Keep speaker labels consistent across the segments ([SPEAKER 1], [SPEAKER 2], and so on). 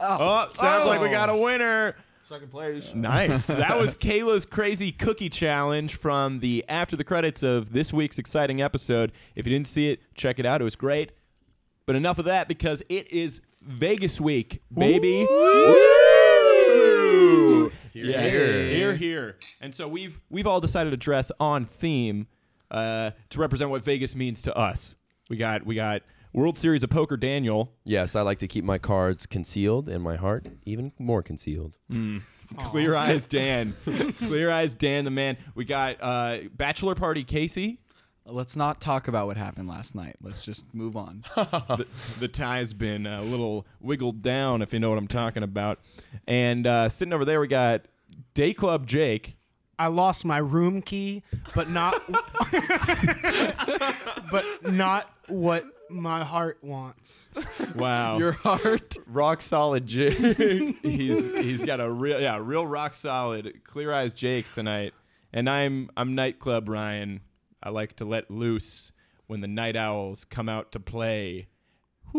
[SPEAKER 1] Oh, sounds like we got a winner.
[SPEAKER 2] Second place.
[SPEAKER 1] Nice. That was Kayla's crazy cookie challenge from the after the credits of this week's exciting episode. If you didn't see it, check it out. It was great. But enough of that because it is Vegas week, baby. Woo! Yes.
[SPEAKER 3] here.
[SPEAKER 1] here, here. And so we've we've all decided to dress on theme uh, to represent what Vegas means to us. We got we got World Series of Poker Daniel.
[SPEAKER 3] Yes, I like to keep my cards concealed and my heart even more concealed.
[SPEAKER 1] Clear Eyes Dan. Clear Eyes Dan, the man. We got uh, Bachelor Party Casey.
[SPEAKER 4] Let's not talk about what happened last night. Let's just move on.
[SPEAKER 1] The, the tie's been a little wiggled down, if you know what I'm talking about. And uh, sitting over there, we got Day Club Jake.
[SPEAKER 5] I lost my room key, but not but not what my heart wants.
[SPEAKER 1] Wow.
[SPEAKER 4] Your heart.
[SPEAKER 3] Rock solid Jake.
[SPEAKER 1] he's he's got a real yeah, real rock solid Clear Eyes Jake tonight. And I'm I'm nightclub Ryan. I like to let loose when the night owls come out to play.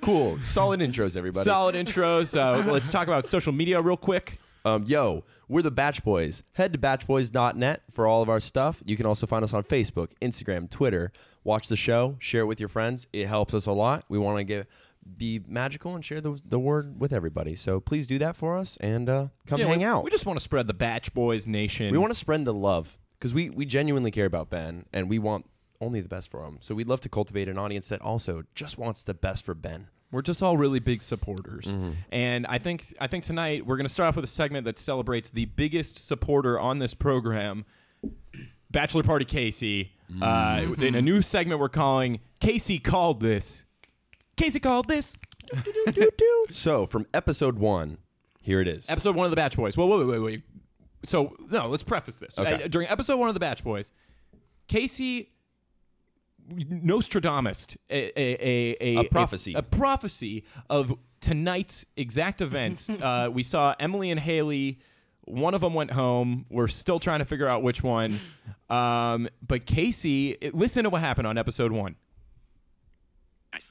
[SPEAKER 3] cool. Solid intros, everybody.
[SPEAKER 1] Solid intro. So let's talk about social media real quick.
[SPEAKER 3] Um, yo, we're the Batch Boys. Head to batchboys.net for all of our stuff. You can also find us on Facebook, Instagram, Twitter. Watch the show, share it with your friends. It helps us a lot. We want to get be magical and share the, the word with everybody. So please do that for us and uh, come
[SPEAKER 1] Yeah,
[SPEAKER 3] hang
[SPEAKER 1] we,
[SPEAKER 3] out.
[SPEAKER 1] We just want to spread the Batch Boys Nation.
[SPEAKER 3] We want to spread the love because we, we genuinely care about Ben and we want only the best for him. So we'd love to cultivate an audience that also just wants the best for Ben.
[SPEAKER 1] We're just all really big supporters,
[SPEAKER 3] Mm-hmm.
[SPEAKER 1] and I think I think tonight we're going to start off with a segment that celebrates the biggest supporter on this program, Bachelor Party Casey.
[SPEAKER 3] Mm-hmm.
[SPEAKER 1] Uh, in a new segment we're calling Casey called this. Casey called this.
[SPEAKER 3] So from episode one, here it is.
[SPEAKER 1] Episode one of the Batch Boys. Well, wait, wait, wait, wait. So no, let's preface this.
[SPEAKER 3] Okay.
[SPEAKER 1] Uh, during episode one of the Batch Boys, Casey Nostradamus a a a,
[SPEAKER 3] A prophecy.
[SPEAKER 1] a, prophecy of tonight's exact events. uh, we saw Emily and Haley. One of them went home. We're still trying to figure out which one. Um, but Casey, it- listen to what happened on episode one.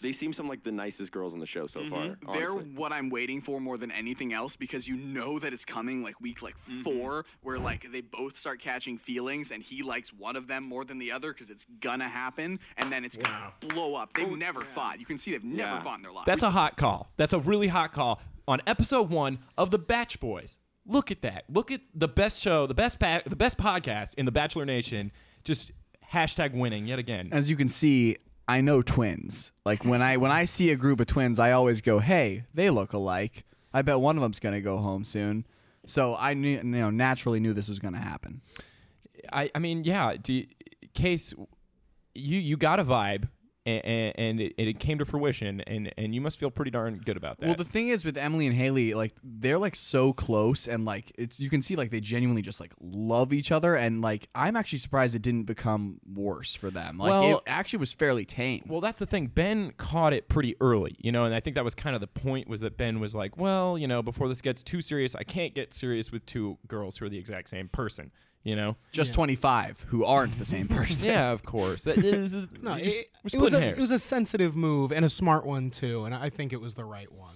[SPEAKER 6] They seem some like the nicest girls on the show so far.
[SPEAKER 4] Mm-hmm. They're
[SPEAKER 6] Honestly.
[SPEAKER 4] what I'm waiting for more than anything else because you know that it's coming like week like four where like they both start catching feelings and he likes one of them more than the other because it's gonna happen and then it's gonna blow up. They've never fought. You can see they've never
[SPEAKER 6] Yeah.
[SPEAKER 4] fought in their lives.
[SPEAKER 1] That's a hot call. That's a really hot call on episode one of the Batch Boys. Look at that. Look at the best show, the best pa- the best podcast in the Bachelor Nation. Just hashtag winning yet again.
[SPEAKER 4] as you can see, I know twins. Like when I when I see a group of twins, I always go, "Hey, they look alike. I bet one of them's gonna go home soon." So I knew, you know, naturally knew this was gonna happen.
[SPEAKER 1] I, I mean, yeah. Do you, Case, you you got a vibe, and, and it, it came to fruition, and and you must feel pretty darn good about that.
[SPEAKER 4] Well, the thing is with Emily and Haley, like they're like so close, and like it's you can see like they genuinely just like love each other, and like I'm actually surprised it didn't become worse for them. Like
[SPEAKER 1] Well-
[SPEAKER 4] it actually was fairly tame.
[SPEAKER 1] Well, that's the thing. Ben caught it pretty early, you know, and I think that was kind of the point was that Ben was like, well, you know, before this gets too serious, I can't get serious with two girls who are the exact same person, you know?
[SPEAKER 4] just 25 who aren't the same person.
[SPEAKER 1] Yeah, of course. That is, is-
[SPEAKER 5] No,
[SPEAKER 1] you're s- we're
[SPEAKER 5] it, it was
[SPEAKER 1] splitting
[SPEAKER 5] a,
[SPEAKER 1] hairs.
[SPEAKER 5] it was a sensitive move and a smart one too, and I think it was the right one.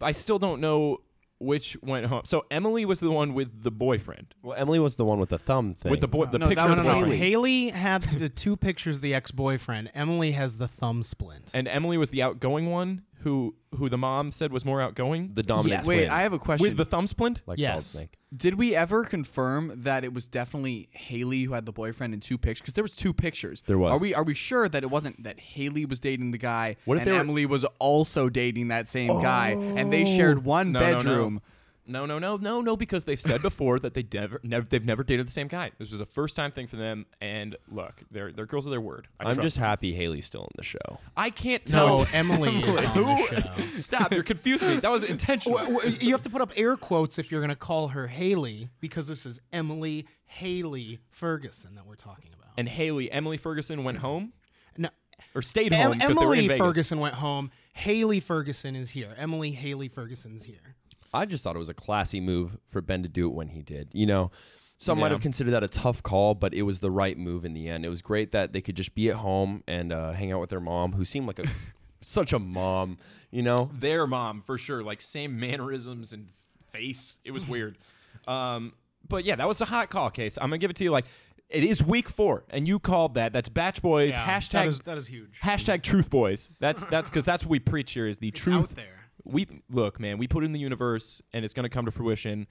[SPEAKER 1] I still don't know which went home. So Emily was the one with the boyfriend,
[SPEAKER 3] Well, Emily was the one with the thumb thing.
[SPEAKER 1] with the boy, the
[SPEAKER 4] No, that
[SPEAKER 1] picture
[SPEAKER 4] was
[SPEAKER 1] of the
[SPEAKER 4] no, no.
[SPEAKER 1] boyfriend.
[SPEAKER 4] Haley.
[SPEAKER 5] Haley had the two pictures of the ex-boyfriend. Emily has the thumb splint.
[SPEAKER 1] and Emily was the outgoing one who who the mom said was more outgoing
[SPEAKER 3] the dominant.
[SPEAKER 5] Yes.
[SPEAKER 4] Wait,
[SPEAKER 3] twin,
[SPEAKER 4] I have a question.
[SPEAKER 1] with the thumb splint.
[SPEAKER 3] like
[SPEAKER 5] Yes.
[SPEAKER 3] Solid Snake.
[SPEAKER 4] Did we ever confirm that it was definitely Haley who had the boyfriend in two pictures? Because there was two pictures.
[SPEAKER 3] There was.
[SPEAKER 4] Are we are we sure that it wasn't that Haley was dating the guy
[SPEAKER 3] What if
[SPEAKER 4] and
[SPEAKER 3] they were-
[SPEAKER 4] Emily was also dating that same guy and they
[SPEAKER 3] Oh.
[SPEAKER 4] shared one
[SPEAKER 1] No, no, no.
[SPEAKER 4] bedroom?
[SPEAKER 1] No, no, no, no, no, because they've said before that they never, never, they've never dated the same guy. This was a first time thing for them. And look, they're they're girls of their word. I
[SPEAKER 3] I'm
[SPEAKER 1] trust
[SPEAKER 3] just
[SPEAKER 1] them.
[SPEAKER 3] happy Haley's still in the show.
[SPEAKER 1] I can't tell.
[SPEAKER 5] No, it's Emily is on the show.
[SPEAKER 1] Stop! You're confusing me. That was intentional.
[SPEAKER 5] Well, well, you have to put up air quotes if you're going to call her Haley because this is Emily Haley Ferguson that we're talking about.
[SPEAKER 1] and Haley, Emily Ferguson went home
[SPEAKER 5] No,
[SPEAKER 1] or stayed
[SPEAKER 5] Em-
[SPEAKER 1] home because they were in
[SPEAKER 5] Emily
[SPEAKER 1] Vegas.
[SPEAKER 5] Ferguson went home. Haley Ferguson is here. Emily Haley Ferguson's here.
[SPEAKER 3] I just thought it was a classy move for Ben to do it when he did. You know, some might have considered that a tough call, but it was the right move in the end. It was great that they could just be at home and uh, hang out with their mom, who seemed like a such a mom, you know?
[SPEAKER 1] their mom for sure. Like same mannerisms and face. It was weird. Um, but yeah, that was a hot call case. I'm gonna give it to you. Like it is week four, and you called that. That's Batch Boys
[SPEAKER 5] Yeah,
[SPEAKER 1] hashtag.
[SPEAKER 5] that is- that is huge.
[SPEAKER 1] Hashtag Truth Boys. That's that's because that's what we preach here is the truth.
[SPEAKER 5] out there.
[SPEAKER 1] We look, man. We put it in the universe, and it's gonna come to fruition.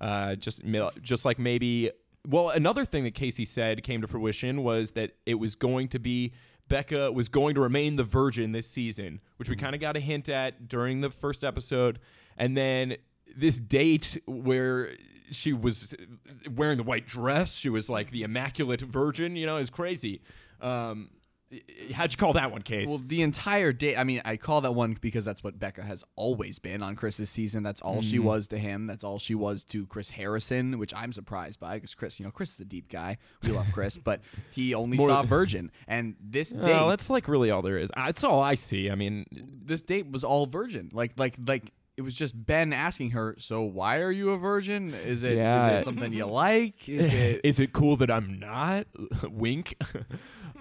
[SPEAKER 1] Uh, just mil- just like maybe. Well, another thing that Casey said came to fruition was that it was going to be Becca was going to remain the virgin this season, which
[SPEAKER 5] Mm.
[SPEAKER 1] we kind of got a hint at during the first episode, and then this date where she was wearing the white dress, she was like the immaculate virgin. You know, is crazy. Um, how'd you call that one, Case?
[SPEAKER 4] Well, the entire day. I mean, I call that one because that's what Becca has always been on Chris's season. That's all
[SPEAKER 3] Mm-hmm.
[SPEAKER 4] she was to him. That's all she was to Chris Harrison, which I'm surprised by because Chris, you know, Chris is a deep guy. We love Chris, but he only saw Virgin, and this
[SPEAKER 3] Oh,
[SPEAKER 4] date,
[SPEAKER 1] No, that's like really all there is. I- That's all I see. I mean,
[SPEAKER 4] this date was all Virgin. Like, like, like. It was just Ben asking her. So why are you a virgin? Is it is
[SPEAKER 1] Yeah.
[SPEAKER 4] it something you like? Is it?
[SPEAKER 1] is it cool that I'm not? Wink.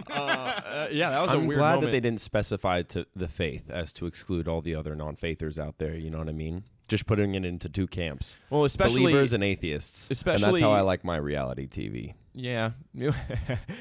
[SPEAKER 1] uh, uh, yeah, that was a
[SPEAKER 3] I'm
[SPEAKER 1] weird
[SPEAKER 3] glad that
[SPEAKER 1] moment.
[SPEAKER 3] they didn't specify to the faith as to exclude all the other non-faithers out there. You know what I mean? Just putting it into two camps:
[SPEAKER 1] well, especially
[SPEAKER 3] believers and atheists. and
[SPEAKER 1] especially-
[SPEAKER 3] that's how I like my reality TV.
[SPEAKER 1] yeah,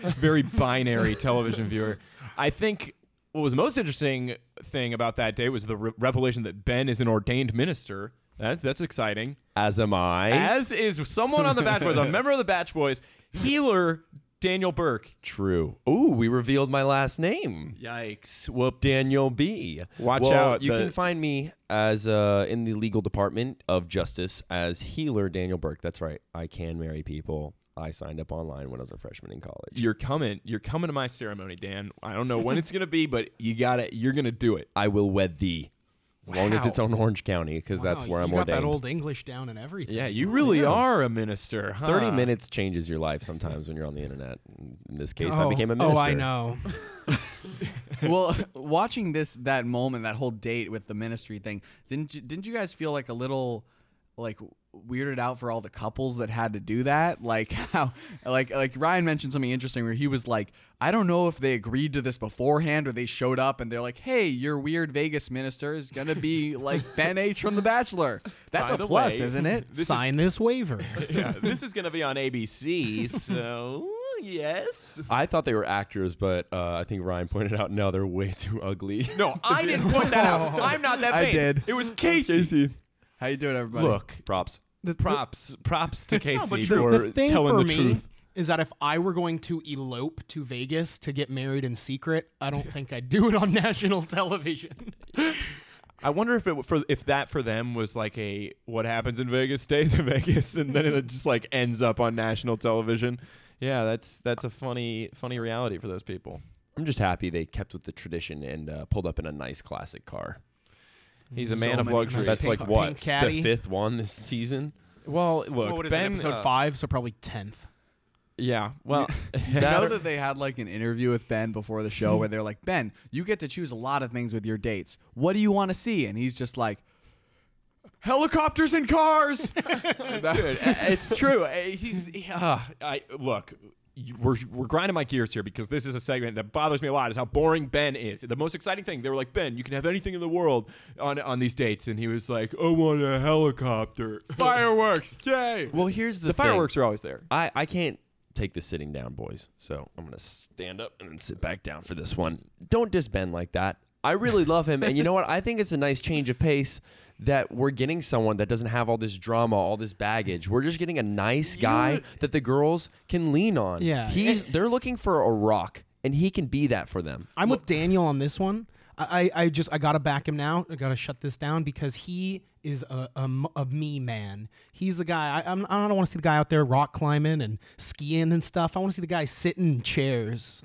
[SPEAKER 1] very binary television viewer. I think what was the most interesting thing about that day was the re- revelation that Ben is an ordained minister. That's that's exciting.
[SPEAKER 3] As am I.
[SPEAKER 1] As is someone on the Batch Boys, a member of the Batch Boys, healer Daniel Burke.
[SPEAKER 3] True. Ooh, we revealed my last name.
[SPEAKER 1] Yikes! Whoop,
[SPEAKER 3] Daniel B.
[SPEAKER 1] Watch
[SPEAKER 3] Well,
[SPEAKER 1] out,
[SPEAKER 3] You
[SPEAKER 1] the-
[SPEAKER 3] can find me as uh, in the legal department of justice as healer Daniel Burke. That's right. I can marry people. I signed up online when I was a freshman in college.
[SPEAKER 1] you're coming you're coming to my ceremony dan i don't know when it's gonna be but you gotta you're gonna do it
[SPEAKER 3] I will wed thee, as long as
[SPEAKER 1] Wow.
[SPEAKER 3] it's on Orange County, because that's
[SPEAKER 5] Wow,
[SPEAKER 3] where
[SPEAKER 5] you
[SPEAKER 3] I'm
[SPEAKER 5] got
[SPEAKER 3] ordained.
[SPEAKER 5] that old English down and everything.
[SPEAKER 1] yeah you really are a minister huh?
[SPEAKER 3] 30 minutes changes your life sometimes when you're on the internet. In this case, I
[SPEAKER 5] Oh,
[SPEAKER 3] became a minister.
[SPEAKER 5] Oh, I know.
[SPEAKER 4] well, watching this that moment, that whole date with the ministry thing, didn't you, didn't you guys feel like a little like weirded out for all the couples that had to do that? Like how like like Ryan mentioned something interesting where he was like, I don't know if they agreed to this beforehand or they showed up and they're like, "Hey, your weird Vegas minister is going to be like Ben H from The Bachelor." That's
[SPEAKER 1] By
[SPEAKER 4] a
[SPEAKER 1] the
[SPEAKER 4] plus,
[SPEAKER 1] way-
[SPEAKER 4] isn't it?
[SPEAKER 1] This is-
[SPEAKER 5] Sign this waiver.
[SPEAKER 1] yeah, this is gonna be on abc so yes
[SPEAKER 3] I thought they were actors, but uh, I think Ryan pointed out no, they're way too ugly.
[SPEAKER 1] no i didn't point that out i'm not that
[SPEAKER 4] I
[SPEAKER 1] vain.
[SPEAKER 4] did.
[SPEAKER 1] it was casey,
[SPEAKER 3] Casey.
[SPEAKER 4] How you doing everybody?
[SPEAKER 1] look
[SPEAKER 3] Props.
[SPEAKER 1] props props to casey
[SPEAKER 5] but
[SPEAKER 1] for
[SPEAKER 5] the thing
[SPEAKER 1] telling
[SPEAKER 5] for
[SPEAKER 1] the
[SPEAKER 5] me
[SPEAKER 1] truth
[SPEAKER 5] is that if I were going to elope to Vegas to get married in secret, I don't think I'd do it on national television.
[SPEAKER 1] I wonder if it for if that for them was like a what happens in Vegas stays in Vegas and then it just like ends up on national television. Yeah, that's that's a funny funny reality for those people.
[SPEAKER 3] I'm just happy they kept with the tradition and uh, pulled up in a nice classic car.
[SPEAKER 1] He's a
[SPEAKER 5] So
[SPEAKER 1] man of
[SPEAKER 5] many
[SPEAKER 1] luxury.
[SPEAKER 5] nice
[SPEAKER 3] That's
[SPEAKER 5] Pink-
[SPEAKER 3] like what
[SPEAKER 5] pink caddy.
[SPEAKER 3] the fifth one this season.
[SPEAKER 1] well, look,
[SPEAKER 5] what is
[SPEAKER 1] Ben,
[SPEAKER 5] it, episode
[SPEAKER 1] uh,
[SPEAKER 5] five? So probably tenth.
[SPEAKER 1] Yeah, well,
[SPEAKER 4] You know that they had like an interview with Ben before the show where they're like, Ben, you get to choose a lot of things with your dates. What do you want to see? And he's just like, helicopters and cars.
[SPEAKER 1] it's true. Uh, He's uh, I look. you- We're, we're grinding my gears here because this is a segment that bothers me a lot. Is how boring Ben is. The most exciting thing they were like, Ben, you can have anything in the world on on these dates, and he was like, I want a helicopter, fireworks, yay.
[SPEAKER 3] well, here's the,
[SPEAKER 1] the fireworks are always there.
[SPEAKER 3] I I can't take this sitting down, boys. So I'm gonna stand up and then sit back down for this one. Don't diss Ben like that. I really love him, and you know what? I think it's a nice change of pace that we're getting someone that doesn't have all this drama, all this baggage. We're just getting a nice guy that the girls can lean on.
[SPEAKER 5] Yeah.
[SPEAKER 3] he's they're looking for a rock, and he can be that for them.
[SPEAKER 5] I'm with Daniel on this one. I, I I just I gotta back him now. I gotta shut this down because he is a, a m- a me man. He's the guy. I I'm, I don't want to see the guy out there rock climbing and skiing and stuff. I want to see the guy sitting in chairs.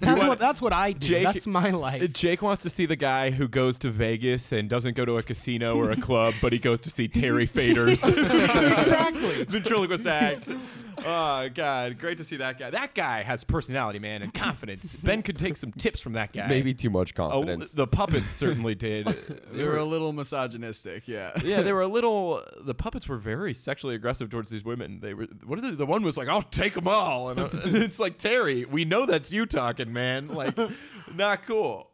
[SPEAKER 5] That's
[SPEAKER 1] want-
[SPEAKER 5] what that's what I do.
[SPEAKER 1] Jake-
[SPEAKER 5] that's my life.
[SPEAKER 1] Uh, Jake wants to see the guy who goes to Vegas and doesn't go to a casino or a club, but he goes to see Terry Faders. exactly. Ventriloquist act. Oh, God. Great to see that guy. That guy has personality, man, and confidence. Ben could take some tips from that guy.
[SPEAKER 3] Maybe too much
[SPEAKER 1] Oh,
[SPEAKER 3] confidence.
[SPEAKER 1] the puppets certainly did.
[SPEAKER 4] they were a little misogynistic. Yeah.
[SPEAKER 1] yeah, they were a little. The puppets were very sexually aggressive towards these women. They were. What are the, the one was like, "I'll take them all," and uh, it's like Terry, we know that's you talking, man. Like, not cool.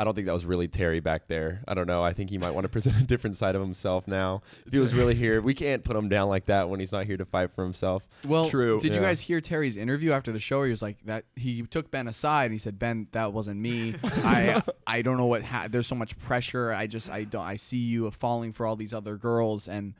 [SPEAKER 3] I don't think that was really Terry back there. I don't know. I think he might want to present a different side of himself now. If he was really here, we can't put him down like that when he's not here to fight for himself.
[SPEAKER 2] Well,
[SPEAKER 3] true.
[SPEAKER 2] Did you
[SPEAKER 3] Yeah.
[SPEAKER 2] guys hear Terry's interview after the show? He was like that. He took Ben aside and he said, "Ben, that wasn't me. I I don't know what. Ha- there's so much pressure. I just I don't. I see you falling for all these other girls, and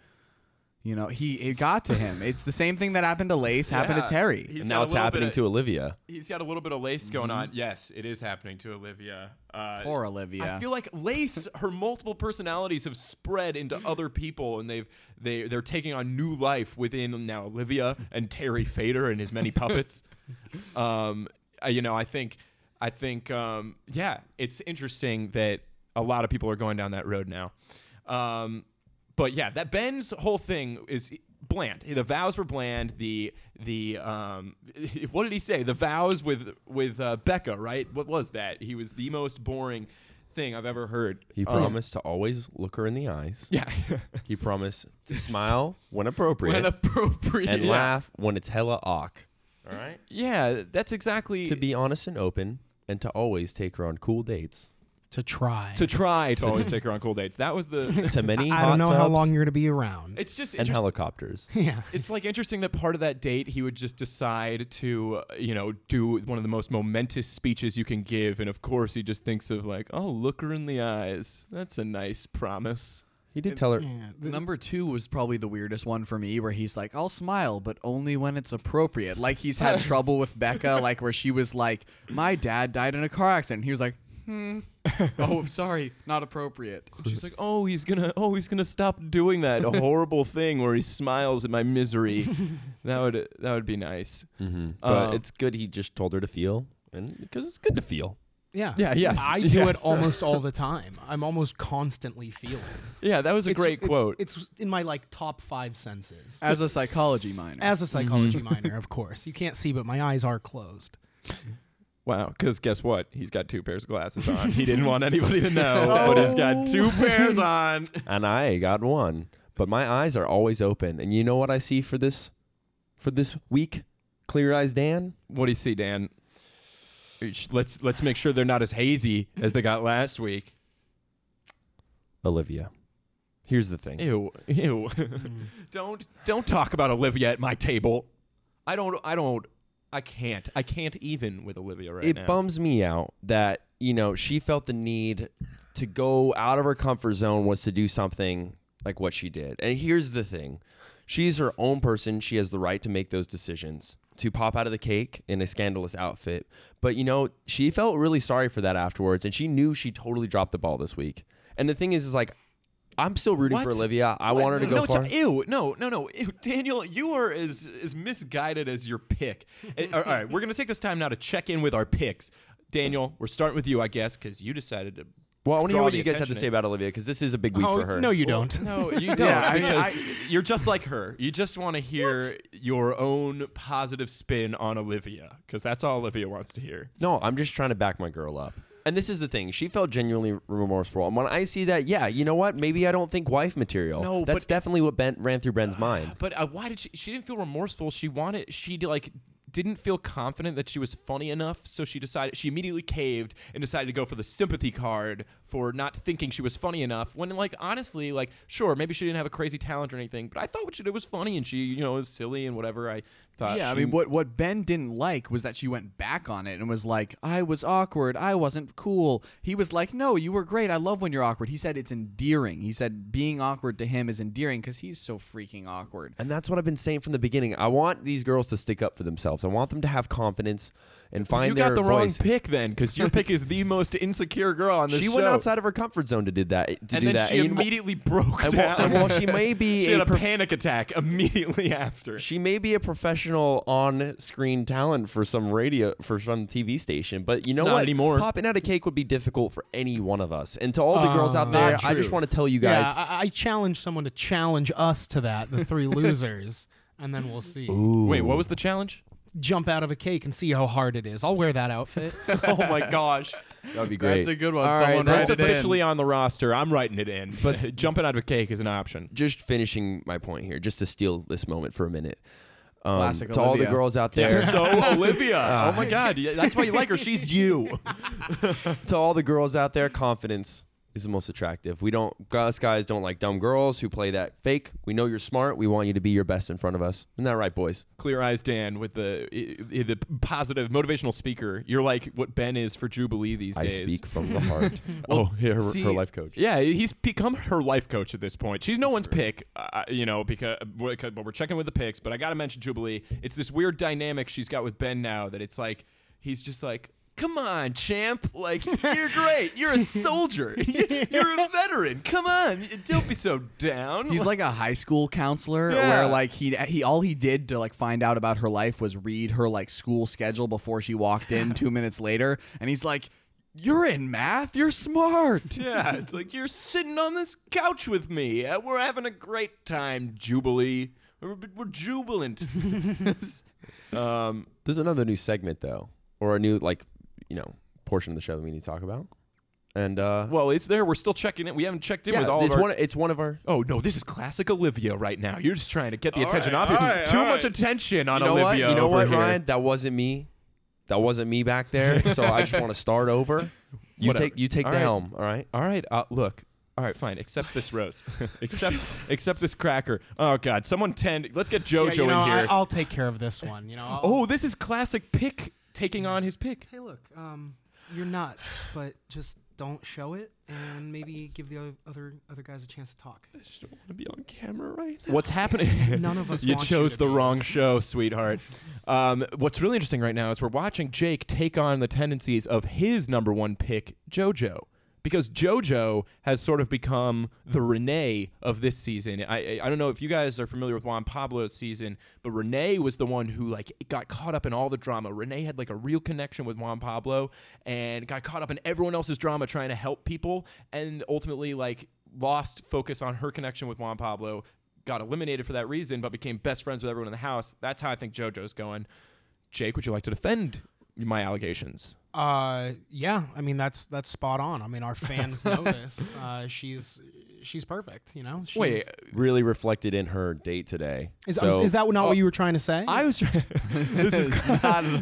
[SPEAKER 2] you know he it got to him. It's the same thing that happened to Lace happened to
[SPEAKER 1] Yeah.
[SPEAKER 2] Terry.
[SPEAKER 1] He's got
[SPEAKER 3] And now
[SPEAKER 1] a
[SPEAKER 3] it's
[SPEAKER 1] little bit
[SPEAKER 3] happening
[SPEAKER 1] of-
[SPEAKER 3] to Mm-hmm. Olivia.
[SPEAKER 1] He's got a little bit of lace going on. Yes, it is happening to Olivia. Uh,
[SPEAKER 2] Poor Olivia.
[SPEAKER 1] I feel like Lace, her multiple personalities have spread into other people, and they've they they're taking on new life within now Olivia and Terry Fader and his many puppets. um, uh, you know, I think I think um, yeah, it's interesting that a lot of people are going down that road now. Um, but yeah, that Ben's whole thing is e, bland. The vows were bland. The the um, what did he say? The vows with with uh, Becca, right? What was that? He was the most boring thing I've ever heard.
[SPEAKER 3] He
[SPEAKER 1] Um,
[SPEAKER 3] promised to always look her in the eyes.
[SPEAKER 1] yeah,
[SPEAKER 3] He promised to smile when appropriate
[SPEAKER 1] when appropriate.
[SPEAKER 3] and
[SPEAKER 1] yeah.
[SPEAKER 3] laugh when it's hella awk. All right.
[SPEAKER 1] Yeah, that's exactly
[SPEAKER 3] To be honest and open and to always take her on cool dates.
[SPEAKER 5] to try.
[SPEAKER 1] to try to always take her on cool dates. That was the.
[SPEAKER 3] To many
[SPEAKER 5] I
[SPEAKER 3] hot
[SPEAKER 5] don't know how
[SPEAKER 3] tubs
[SPEAKER 5] long you're gonna be around.
[SPEAKER 1] It's just
[SPEAKER 3] and
[SPEAKER 1] interest-
[SPEAKER 3] helicopters.
[SPEAKER 5] yeah.
[SPEAKER 1] It's like interesting that part of that date he would just decide to, uh, you know, do one of the most momentous speeches you can give, and of course he just thinks of like, oh, look her in the eyes. That's a nice promise.
[SPEAKER 3] He did tell her
[SPEAKER 5] yeah. The-
[SPEAKER 2] Number two was probably the weirdest one for me, where he's like, "I'll smile, but only when it's appropriate." Like he's had trouble with Becca, like where she was like, "My dad died in a car accident." He was like, "Hmm, oh, sorry, not appropriate."
[SPEAKER 1] She's like, oh, he's gonna, oh, he's gonna stop doing that horrible thing where he smiles at my misery. that would, that would be nice.
[SPEAKER 3] But
[SPEAKER 1] Um,
[SPEAKER 3] it's good he just told her to feel, and because it's good to feel.
[SPEAKER 5] yeah.
[SPEAKER 1] Yeah, yes,
[SPEAKER 5] I do
[SPEAKER 1] yes.
[SPEAKER 5] it almost all the time. I'm almost constantly feeling.
[SPEAKER 1] Yeah, that was a
[SPEAKER 5] It's-
[SPEAKER 1] great
[SPEAKER 5] it's-
[SPEAKER 1] quote.
[SPEAKER 5] It's, in my like top five senses.
[SPEAKER 2] As a psychology minor,
[SPEAKER 5] As a psychology minor, of course. You can't see, but my eyes are closed.
[SPEAKER 1] Wow, because guess what? He's got two pairs of glasses on. He didn't want anybody to know, but he's got
[SPEAKER 5] Oh.
[SPEAKER 1] two pairs on.
[SPEAKER 3] And I got one, but my eyes are always open. And you know what I see for this, for this week, Clear Eyes Dan.
[SPEAKER 1] What do you see, Dan? Let's let's make sure they're not as hazy as they got last week.
[SPEAKER 3] Olivia. Here's the thing.
[SPEAKER 1] Ew, ew. don't don't talk about Olivia at my table. I don't I don't I can't I can't even with Olivia right
[SPEAKER 3] it
[SPEAKER 1] now.
[SPEAKER 3] bums me out that you know she felt the need to go out of her comfort zone was to do something like what she did and here's the thing she's her own person she has the right to make those decisions to pop out of the cake in a scandalous outfit but you know she felt really sorry for that afterwards and she knew she totally dropped the ball this week and the thing is is like i'm still rooting for
[SPEAKER 1] What?
[SPEAKER 3] olivia i want her to go
[SPEAKER 1] no,
[SPEAKER 3] far
[SPEAKER 1] it's- ew, no, no, no, ew, Daniel, you are as as misguided as your pick. Eh, all all right, we're gonna take this time now to check in with our picks. Daniel, we're starting with you, I guess, because you decided to.
[SPEAKER 3] well i want to hear
[SPEAKER 1] draw
[SPEAKER 3] what
[SPEAKER 1] the
[SPEAKER 3] you guys have to
[SPEAKER 1] attention
[SPEAKER 3] say
[SPEAKER 1] in.
[SPEAKER 3] about olivia because this is a big week for her
[SPEAKER 5] Oh, no, you don't.
[SPEAKER 1] No, you don't,
[SPEAKER 2] Yeah, I mean,
[SPEAKER 1] because you're just like her. You just want to hear your own positive spin on Olivia, because that's all Olivia wants to hear.
[SPEAKER 3] No, I'm just trying to back my girl up. And this is the thing. She felt genuinely remorseful. And when I see that, yeah, you know what? Maybe I don't think wife material.
[SPEAKER 1] No,
[SPEAKER 3] that's
[SPEAKER 1] but-
[SPEAKER 3] definitely what ben, ran through Ben's mind.
[SPEAKER 1] But uh, why did she? She didn't feel remorseful. She wanted. She like didn't feel confident that she was funny enough, so she decided. She immediately caved and decided to go for the sympathy card for not thinking she was funny enough. When like honestly, like sure, maybe she didn't have a crazy talent or anything, but I thought what she did was funny, and she you know was silly and whatever. I thought.
[SPEAKER 2] yeah, I
[SPEAKER 1] she-
[SPEAKER 2] mean, what what Ben didn't like was that she went back on it and was like, "I was awkward. I wasn't cool." He was like, "No, you were great. I love when you're awkward." He said it's endearing. He said being awkward to him is endearing because he's so freaking awkward.
[SPEAKER 3] And that's what I've been saying from the beginning. I want these girls to stick up for themselves. I want them to have confidence and find
[SPEAKER 1] you
[SPEAKER 3] their
[SPEAKER 1] got the wrong
[SPEAKER 3] voice.
[SPEAKER 1] pick then, because your pick is the most insecure girl on this
[SPEAKER 3] She
[SPEAKER 1] show.
[SPEAKER 3] went outside of her comfort zone to did that. To
[SPEAKER 1] and
[SPEAKER 3] do
[SPEAKER 1] then
[SPEAKER 3] that.
[SPEAKER 1] she
[SPEAKER 3] And you-
[SPEAKER 1] immediately broke
[SPEAKER 3] and
[SPEAKER 1] down.
[SPEAKER 3] while, and while she may be
[SPEAKER 1] she had
[SPEAKER 3] a
[SPEAKER 1] a
[SPEAKER 3] prof-
[SPEAKER 1] panic attack immediately after.
[SPEAKER 3] She may be a professional on-screen talent for some radio for some TV station, but you know
[SPEAKER 1] Not
[SPEAKER 3] what?
[SPEAKER 1] anymore. Oh,
[SPEAKER 3] Popping out a cake would be difficult for any one of us. And to all the girls out
[SPEAKER 5] Uh,
[SPEAKER 3] there,
[SPEAKER 2] not
[SPEAKER 3] I just
[SPEAKER 2] true.
[SPEAKER 3] want to tell you guys.
[SPEAKER 5] Yeah, I, I challenge someone to challenge us to that, the three losers, and then we'll see.
[SPEAKER 1] Wait, what was the challenge?
[SPEAKER 5] Jump out of a cake and see how hard it is. I'll wear that outfit.
[SPEAKER 1] oh my gosh.
[SPEAKER 3] that would be
[SPEAKER 2] That's a good one.
[SPEAKER 3] All right,
[SPEAKER 2] Someone
[SPEAKER 1] That's
[SPEAKER 2] write it in.
[SPEAKER 1] officially on the roster. I'm writing it in. But jumping out of a cake is an option.
[SPEAKER 3] just finishing my point here, just to steal this moment for a minute. Um,
[SPEAKER 2] Classic
[SPEAKER 3] to all the
[SPEAKER 2] Olivia.
[SPEAKER 3] girls out there. Uh.
[SPEAKER 1] Yeah, so Olivia. Oh my God, yeah, that's why you like her. She's you.
[SPEAKER 3] to all the girls out there, confidence is the most attractive. We don't us guys don't like dumb girls who play that fake. We know you're smart. We want you to be your best in front of us. Isn't that right, boys?
[SPEAKER 1] Clear Eyes Dan with the i- i- the positive motivational speaker. You're like what Ben is for Jubilee these
[SPEAKER 3] I
[SPEAKER 1] days.
[SPEAKER 3] speak from the heart. oh, yeah, her,
[SPEAKER 1] see-
[SPEAKER 3] her life coach.
[SPEAKER 1] Yeah, he's become her life coach at this point. She's no one's pick, uh, you know, because we're, but we're checking with the picks. But I got to mention Jubilee. It's this weird dynamic she's got with Ben now that it's like he's just like, "Come on, champ! Like you're great. You're a soldier. You're a veteran. Come on, don't be so down."
[SPEAKER 2] He's like a high school counselor
[SPEAKER 1] Yeah.
[SPEAKER 2] where like he he all he did to like find out about her life was read her like school schedule before she walked in 2 minutes later and he's like you're in math, you're smart.
[SPEAKER 1] Yeah, it's like you're sitting on this couch with me. Uh, we're having a great time, Jubilee. We're, we're jubilant. um,
[SPEAKER 3] There's another new segment though, or a new like, you know, portion of the show that we need to talk about. And uh,
[SPEAKER 1] well, it's there. We're still checking in. We haven't checked in
[SPEAKER 3] yeah,
[SPEAKER 1] with all
[SPEAKER 3] it's
[SPEAKER 1] of our.
[SPEAKER 3] one. It's one of our.
[SPEAKER 1] Oh no, this is classic Olivia right now. You're just trying to get the
[SPEAKER 3] All
[SPEAKER 1] attention
[SPEAKER 3] right,
[SPEAKER 1] off you.
[SPEAKER 3] all right,
[SPEAKER 1] Too
[SPEAKER 3] all
[SPEAKER 1] much
[SPEAKER 3] right.
[SPEAKER 1] attention on
[SPEAKER 3] you know what?
[SPEAKER 1] Olivia
[SPEAKER 3] You know
[SPEAKER 1] over
[SPEAKER 3] what,
[SPEAKER 1] here.
[SPEAKER 3] Ryan? That wasn't me. That wasn't me back there. So I just want to start over. You
[SPEAKER 1] Whatever.
[SPEAKER 3] take you take
[SPEAKER 1] All
[SPEAKER 3] the
[SPEAKER 1] right.
[SPEAKER 3] helm. All right.
[SPEAKER 1] All right, uh, look. All right, fine. Accept this rose. accept, accept this cracker. Oh God, someone tend. Let's get
[SPEAKER 5] Yeah,
[SPEAKER 1] JoJo
[SPEAKER 5] you know,
[SPEAKER 1] in here.
[SPEAKER 5] I, will take care of this one. You know. I'll-
[SPEAKER 1] oh, this is classic pick taking on his pick.
[SPEAKER 5] hey, look, um, you're nuts, but just don't show it, and maybe give the other other, other guys a chance to talk.
[SPEAKER 3] to be on camera right
[SPEAKER 1] What's happening?
[SPEAKER 5] None of us.
[SPEAKER 1] you
[SPEAKER 5] want
[SPEAKER 1] chose
[SPEAKER 5] you to
[SPEAKER 1] the
[SPEAKER 5] be.
[SPEAKER 1] wrong show, sweetheart. Um, what's really interesting right now is we're watching Jake take on the tendencies of his number one pick, JoJo. Because JoJo has sort of become the Renee of this season. I, I I don't know if you guys are familiar with Juan Pablo's season, but Renee was the one who like got caught up in all the drama. Renee had like a real connection with Juan Pablo and got caught up in everyone else's drama trying to help people, and ultimately like lost focus on her connection with Juan Pablo, got eliminated for that reason, but became best friends with everyone in the house. That's how I think JoJo's going. Jake, would you like to defend my allegations?
[SPEAKER 5] Uh, yeah. I mean, that's that's spot on. I mean, our fans know this. Uh, she's she's perfect. You know. She's,
[SPEAKER 1] Wait,
[SPEAKER 3] really reflected in her date today
[SPEAKER 5] Is,
[SPEAKER 3] so uh,
[SPEAKER 5] is that not what you were trying to say?
[SPEAKER 1] I was. this is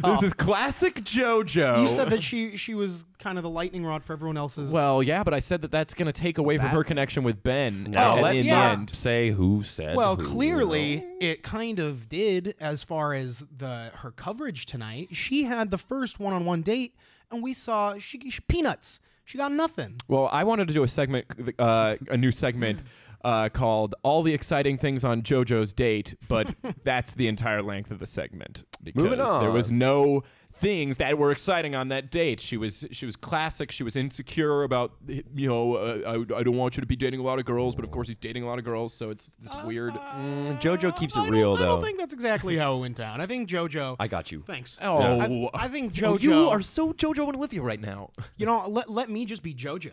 [SPEAKER 1] this is classic JoJo.
[SPEAKER 5] you said that she she was kind of the lightning rod for everyone else's.
[SPEAKER 1] Well, yeah, but I said that that's going to take away from
[SPEAKER 2] That-
[SPEAKER 1] her connection with Ben. Oh,
[SPEAKER 3] now
[SPEAKER 1] and
[SPEAKER 3] let's
[SPEAKER 1] in the
[SPEAKER 5] yeah.
[SPEAKER 1] end.
[SPEAKER 3] not say who said
[SPEAKER 5] oh, Well,
[SPEAKER 3] who, you
[SPEAKER 5] clearly
[SPEAKER 3] know.
[SPEAKER 5] it kind of did as far as the her coverage tonight. She had the first one-on-one date, and we saw she, she peanuts. She got nothing.
[SPEAKER 1] Well, I wanted to do a segment, uh, a new segment uh, called "All the Exciting Things on JoJo's Date," but that's the entire length of the segment because
[SPEAKER 3] Moving
[SPEAKER 1] there
[SPEAKER 3] on.
[SPEAKER 1] was no things that were exciting on that date. She was she was classic. She was insecure about you know uh, I, I don't want you to be dating a lot of girls, but of course he's dating a lot of girls, so it's this weird.
[SPEAKER 3] Mm, jojo keeps
[SPEAKER 5] I
[SPEAKER 3] it
[SPEAKER 5] don't-
[SPEAKER 3] real
[SPEAKER 5] I
[SPEAKER 3] though
[SPEAKER 5] don't think that's exactly how it went down. I think JoJo.
[SPEAKER 3] i got you
[SPEAKER 5] thanks.
[SPEAKER 1] Oh.
[SPEAKER 5] I, I think
[SPEAKER 1] Oh,
[SPEAKER 5] JoJo.
[SPEAKER 1] you are so JoJo and Olivia right now.
[SPEAKER 5] You know, let, let me just be JoJo.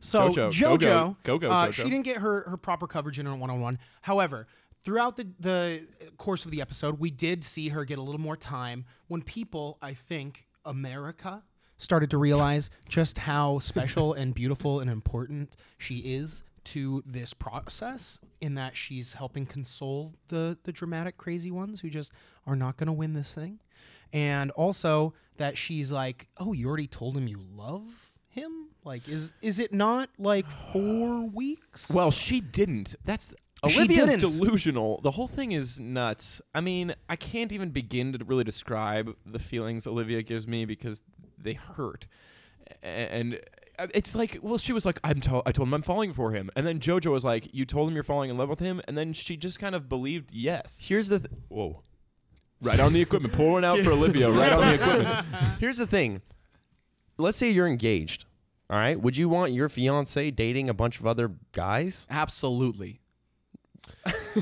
[SPEAKER 5] So
[SPEAKER 1] JoJo, go,
[SPEAKER 5] JoJo,
[SPEAKER 1] go, go, go,
[SPEAKER 5] uh,
[SPEAKER 1] JoJo.
[SPEAKER 5] she didn't get her, her proper coverage in her one on one. However, throughout the, the course of the episode, we did see her get a little more time when people, I think, America started to realize just how special and beautiful and important she is to this process in that she's helping console the the dramatic crazy ones who just are not going to win this thing and also that she's like, "Oh, you already told him you love him." Like, is is it not like four weeks?
[SPEAKER 1] Well, she didn't. That's
[SPEAKER 5] She
[SPEAKER 1] Olivia's
[SPEAKER 5] didn't.
[SPEAKER 1] delusional. The whole thing is nuts. I mean, I can't even begin to really describe the feelings Olivia gives me because they hurt. A- And uh, it's like, well, she was like, I'm to- I told him I'm falling for him, and then JoJo was like, you told him you're falling in love with him, and then she just kind of believed yes.
[SPEAKER 3] here's the th- whoa
[SPEAKER 1] Right on the equipment, pour one out for Olivia. Right on the equipment.
[SPEAKER 3] here's the thing let's say you're engaged all right would you want your fiance dating a bunch of other guys
[SPEAKER 2] Absolutely.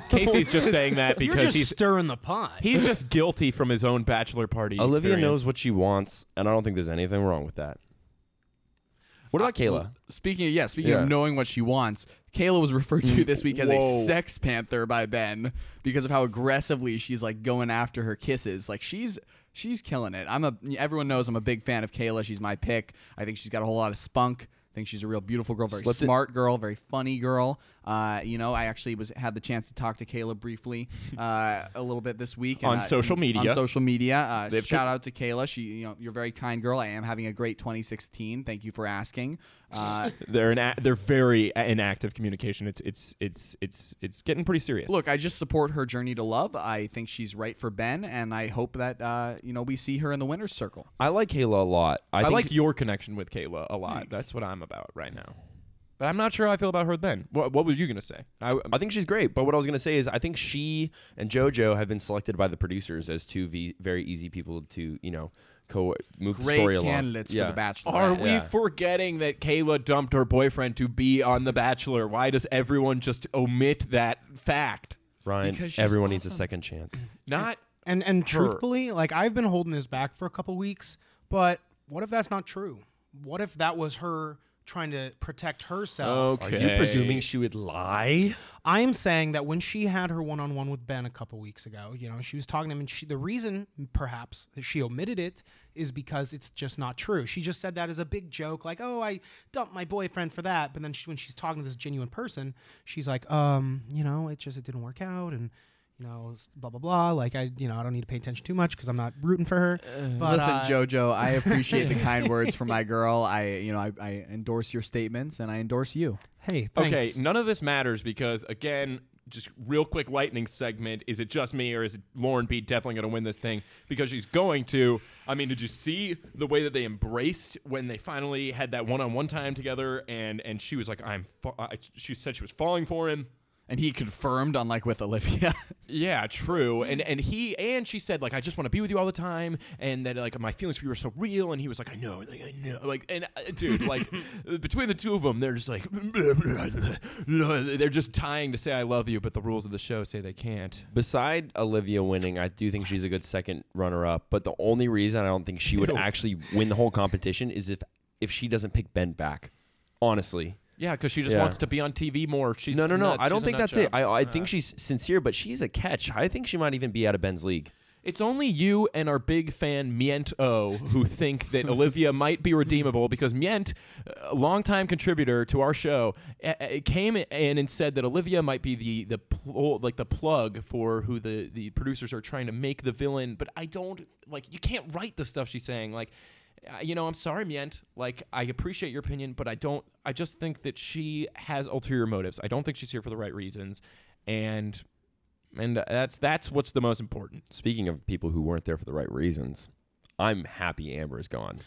[SPEAKER 1] Casey's just saying that
[SPEAKER 5] you're
[SPEAKER 1] because
[SPEAKER 5] just
[SPEAKER 1] he's
[SPEAKER 5] stirring the pot.
[SPEAKER 1] he's just guilty from his own bachelor party.
[SPEAKER 3] olivia
[SPEAKER 1] experience.
[SPEAKER 3] knows what she wants and i don't think there's anything wrong with that what about kayla
[SPEAKER 2] Speaking of yeah, speaking
[SPEAKER 3] Yeah. Mm.
[SPEAKER 2] of knowing what she wants, Kayla was referred to this week as
[SPEAKER 3] Whoa.
[SPEAKER 2] a sex panther by Ben because of how aggressively she's like going after her kisses. Like she's she's killing it. I'm a everyone knows I'm a big fan of Kayla. She's my pick. I think she's got a whole lot of spunk. think she's a real beautiful girl, very
[SPEAKER 3] Slipped it-
[SPEAKER 2] smart girl, very funny girl. Uh, you know, I actually was had the chance to talk to Kayla briefly uh, a little bit this week and
[SPEAKER 1] On
[SPEAKER 2] I-
[SPEAKER 1] social media.
[SPEAKER 2] On social media, uh,
[SPEAKER 3] They've
[SPEAKER 2] shout out to Kayla. She, you know, you're a very kind girl. I am having a great 2016. Thank you for asking. Uh,
[SPEAKER 1] They're an a- they're very in active communication. It's it's it's it's it's getting pretty serious.
[SPEAKER 2] Look, I just support her journey to love. I think she's right for Ben, and I hope that uh, you know we see her in the winner's circle.
[SPEAKER 3] I like Halo a lot. I,
[SPEAKER 1] I,
[SPEAKER 3] think,
[SPEAKER 1] like your connection with Kayla a lot. That's what I'm about right now. But I'm not sure how I feel about her then. What, what were you gonna say?
[SPEAKER 3] I, I think she's great. But what I was going to say is, I think she and JoJo have been selected by the producers as two v- very easy people to, you know, co- move the
[SPEAKER 2] Great
[SPEAKER 3] story along.
[SPEAKER 2] candidates
[SPEAKER 3] Yeah.
[SPEAKER 2] for the Bachelor.
[SPEAKER 1] Are we
[SPEAKER 3] Yeah.
[SPEAKER 1] forgetting that Kayla dumped her boyfriend to be on The Bachelor? Why does everyone just omit that fact?
[SPEAKER 3] Ryan,
[SPEAKER 2] Because she's
[SPEAKER 3] everyone needs a second chance.
[SPEAKER 1] Not
[SPEAKER 5] And and truthfully, like I've been holding this back for a couple weeks, but what if that's not true? What if that was her trying to protect herself?
[SPEAKER 1] okay.
[SPEAKER 3] she would lie?
[SPEAKER 5] I am saying that when she had her one-on-one with Ben a couple weeks ago, you know, she was talking to him, and she, the reason perhaps that she omitted it is because it's just not true. She just said that as a big joke, like, "Oh, I dumped my boyfriend for that," but then she, when she's talking to this genuine person, she's like, "Um, you know, it just it didn't work out," and you know, s- blah blah blah. Like I, you know, I don't need to pay attention too much because I'm not rooting for her. But
[SPEAKER 2] Listen,
[SPEAKER 5] uh,
[SPEAKER 2] JoJo, I appreciate the kind words from my girl. I, you know, I, I endorse your statements, and I endorse you.
[SPEAKER 5] hey,
[SPEAKER 1] Okay,
[SPEAKER 5] thanks.
[SPEAKER 1] none of this matters because again, just real quick lightning segment. Is it just me or is it Lauren B definitely going to win this thing? Because she's going to. I mean, did you see the way that they embraced when they finally had that one-on-one time together? And and she was like, "I'm." Fa- I, she said she was falling for him.
[SPEAKER 2] And he confirmed, unlike with Olivia.
[SPEAKER 1] Yeah, true. And and he and she said like I just want to be with you all the time, and that like my feelings for you are so real. And he was like I know, like I know, like and uh, dude, like between the two of them, they're just like they're just tying to say I love you, but the rules of the show say they can't.
[SPEAKER 3] Beside Olivia winning, I do think she's a good second runner-up. But the only reason I don't think she would actually win the whole competition is if if she doesn't pick Ben back. Honestly,
[SPEAKER 1] Yeah, because she just
[SPEAKER 3] Yeah.
[SPEAKER 1] wants to be on TV more. She's
[SPEAKER 3] no, no, no.
[SPEAKER 1] nuts.
[SPEAKER 3] I
[SPEAKER 1] She's
[SPEAKER 3] don't
[SPEAKER 1] a
[SPEAKER 3] think
[SPEAKER 1] nut
[SPEAKER 3] that's it.
[SPEAKER 1] job.
[SPEAKER 3] I, I think she's sincere, but she's a catch. I think she might even be out of Ben's league.
[SPEAKER 1] It's only you and our big fan Mient O who think that Olivia might be redeemable because Mient, a longtime contributor to our show, uh, uh, came in and said that Olivia might be the the pl- like the plug for who the the producers are trying to make the villain. But I don't like you can't write the stuff she's saying like. uh, You know, I'm sorry, Mient. Like, I appreciate your opinion, but I don't. I just think that she has ulterior motives. I don't think she's here for the right reasons, and and that's that's what's the most important.
[SPEAKER 3] Speaking of people who weren't there for the right reasons, I'm happy Amber's gone.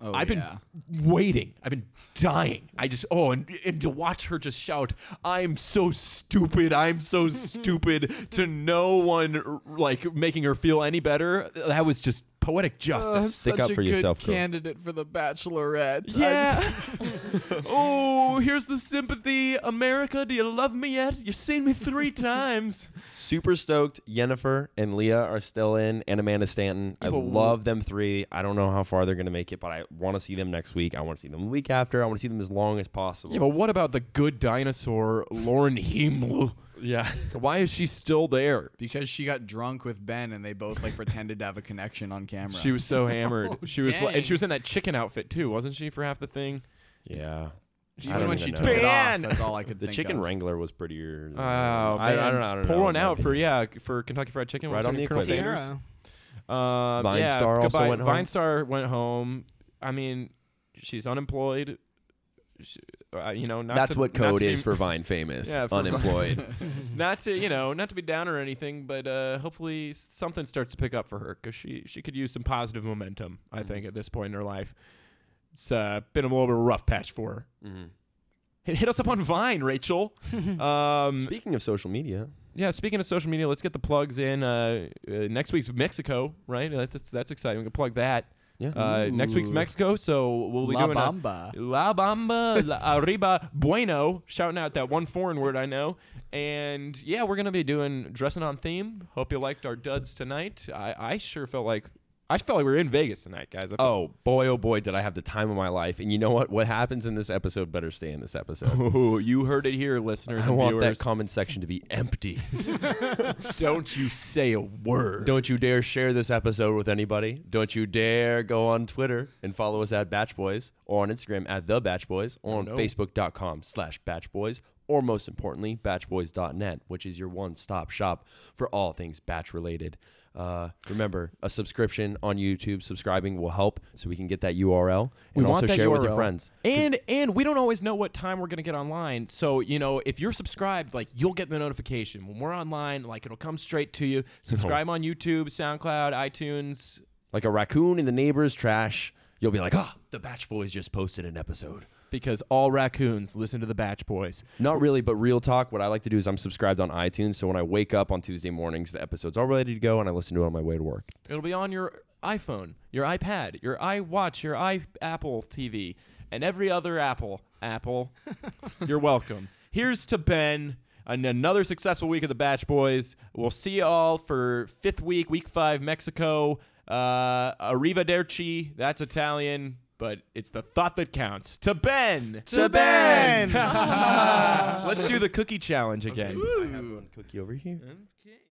[SPEAKER 2] Oh,
[SPEAKER 1] I've been
[SPEAKER 2] yeah.
[SPEAKER 1] waiting. I've been dying. I just oh, and and to watch her just shout, "I'm so stupid. I'm so stupid." To no one like making her feel any better. That was just poetic justice.
[SPEAKER 3] Stick up for yourself, girl.
[SPEAKER 2] candidate for the Bachelorette.
[SPEAKER 1] yeah. oh, here's the sympathy, America. Do you love me yet? You've seen me three times.
[SPEAKER 3] Super stoked. Yennefer and Leah are still in, and Amanda Stanton. I love them three. I don't know how far they're gonna make it, but I want to see them next week. I want to see them the week after. I want to see them as long as possible.
[SPEAKER 1] Yeah, but what about the good dinosaur, Lauren Himmel?
[SPEAKER 3] yeah.
[SPEAKER 1] Why is she still there?
[SPEAKER 2] because she got drunk with Ben, and they both like pretended to have a connection on camera.
[SPEAKER 1] She was so hammered.
[SPEAKER 2] Oh,
[SPEAKER 1] she was,
[SPEAKER 5] dang.
[SPEAKER 1] and she was in that chicken outfit too, wasn't she, for half the thing?
[SPEAKER 3] yeah. I
[SPEAKER 2] even
[SPEAKER 3] don't
[SPEAKER 2] when
[SPEAKER 3] even
[SPEAKER 2] she
[SPEAKER 3] know.
[SPEAKER 2] took it off.
[SPEAKER 1] Ben!
[SPEAKER 2] That's all I could
[SPEAKER 3] The
[SPEAKER 2] think
[SPEAKER 3] chicken
[SPEAKER 2] of.
[SPEAKER 3] wrangler was prettier. than-
[SPEAKER 1] Oh,
[SPEAKER 3] I, I
[SPEAKER 1] man.
[SPEAKER 3] don't know. I don't
[SPEAKER 1] Pour
[SPEAKER 3] know,
[SPEAKER 1] one
[SPEAKER 3] in my
[SPEAKER 1] out for
[SPEAKER 3] opinion.
[SPEAKER 1] yeah for Kentucky Fried Chicken.
[SPEAKER 3] Right
[SPEAKER 1] What's
[SPEAKER 3] on
[SPEAKER 1] her
[SPEAKER 3] the
[SPEAKER 1] name? Colonel
[SPEAKER 3] equipment.
[SPEAKER 1] Sanders.
[SPEAKER 5] Sarah.
[SPEAKER 1] Um,
[SPEAKER 3] Vine
[SPEAKER 1] yeah,
[SPEAKER 3] Star also
[SPEAKER 1] goodbye.
[SPEAKER 3] went home.
[SPEAKER 1] Vine Star went home. I mean, she's unemployed. She, uh, you know, not
[SPEAKER 3] That's
[SPEAKER 1] to-
[SPEAKER 3] what
[SPEAKER 1] not
[SPEAKER 3] code
[SPEAKER 1] to be-
[SPEAKER 3] is for Vine famous.
[SPEAKER 1] Yeah, for Vine.
[SPEAKER 3] unemployed.
[SPEAKER 1] Not to you know, not to be down or anything, but uh, hopefully s- something starts to pick up for her because she she could use some positive momentum. I
[SPEAKER 3] Mm-hmm.
[SPEAKER 1] think at this point in her life, it's uh, been a little bit of a rough patch for her.
[SPEAKER 3] Mm-hmm.
[SPEAKER 1] Hit, hit us up on Vine, Rachel. um,
[SPEAKER 3] Mm. Speaking of social media,
[SPEAKER 1] Yeah, speaking of social media, let's get the plugs in. Uh, uh, next week's Mexico, right? That's that's, that's exciting. We can plug that.
[SPEAKER 3] Yeah.
[SPEAKER 1] Uh, next week's
[SPEAKER 2] Ooh.
[SPEAKER 1] Mexico, so we'll be
[SPEAKER 2] La
[SPEAKER 1] doing a-
[SPEAKER 2] Bamba.
[SPEAKER 1] La Bamba, La Arriba, Bueno. Shouting out that one foreign word I know. And yeah, we're gonna be doing dressing on theme. Hope you liked our duds tonight. I, I sure felt like I felt like we were in Vegas tonight, guys. I felt-
[SPEAKER 3] Oh boy, oh boy, did I have the time of my life! And you know what? What happens in this episode better stay in this episode.
[SPEAKER 1] Ooh, you heard it here, listeners
[SPEAKER 3] I
[SPEAKER 1] and
[SPEAKER 3] want
[SPEAKER 1] viewers.
[SPEAKER 3] that comment section to be empty.
[SPEAKER 1] Don't you say a word.
[SPEAKER 3] Don't you dare share this episode with anybody. Don't you dare go on Twitter and follow us at Batch Boys or on Instagram at The Batch Boys
[SPEAKER 1] Oh,
[SPEAKER 3] or on Facebook.com slash Batch Boys or most importantly, batchboys.net, which is your one stop shop for all things batch related. Uh, remember, a subscription on YouTube, subscribing will help so we can get that URL and also share it with your friends.
[SPEAKER 1] And and we don't always know what time we're gonna get online. So you know, if you're subscribed, like you'll get the notification when we're online. Like it'll come straight to
[SPEAKER 3] Oh.
[SPEAKER 1] you. Subscribe on YouTube, SoundCloud, iTunes.
[SPEAKER 3] Like a raccoon in the neighbor's trash, you'll be like, ah, The Batch Boys just posted an episode.
[SPEAKER 1] Because all raccoons listen to the Batch Boys.
[SPEAKER 3] Not really, but real talk. What I like to do is I'm subscribed on iTunes, so when I wake up on Tuesday mornings, the episode's all ready to go, and I listen to it on my way to work.
[SPEAKER 1] It'll be on your iPhone, your iPad, your iWatch, your i Apple TV, and every other Apple. Apple, you're welcome. Here's to Ben and another successful week of the Batch Boys. We'll see you all for fifth week, week five, Mexico. Uh, arrivederci. That's Italian, but it's the thought that counts. To Ben.
[SPEAKER 2] To Ben!
[SPEAKER 1] Let's do the cookie challenge again.
[SPEAKER 3] Cookie over here.
[SPEAKER 1] Okay.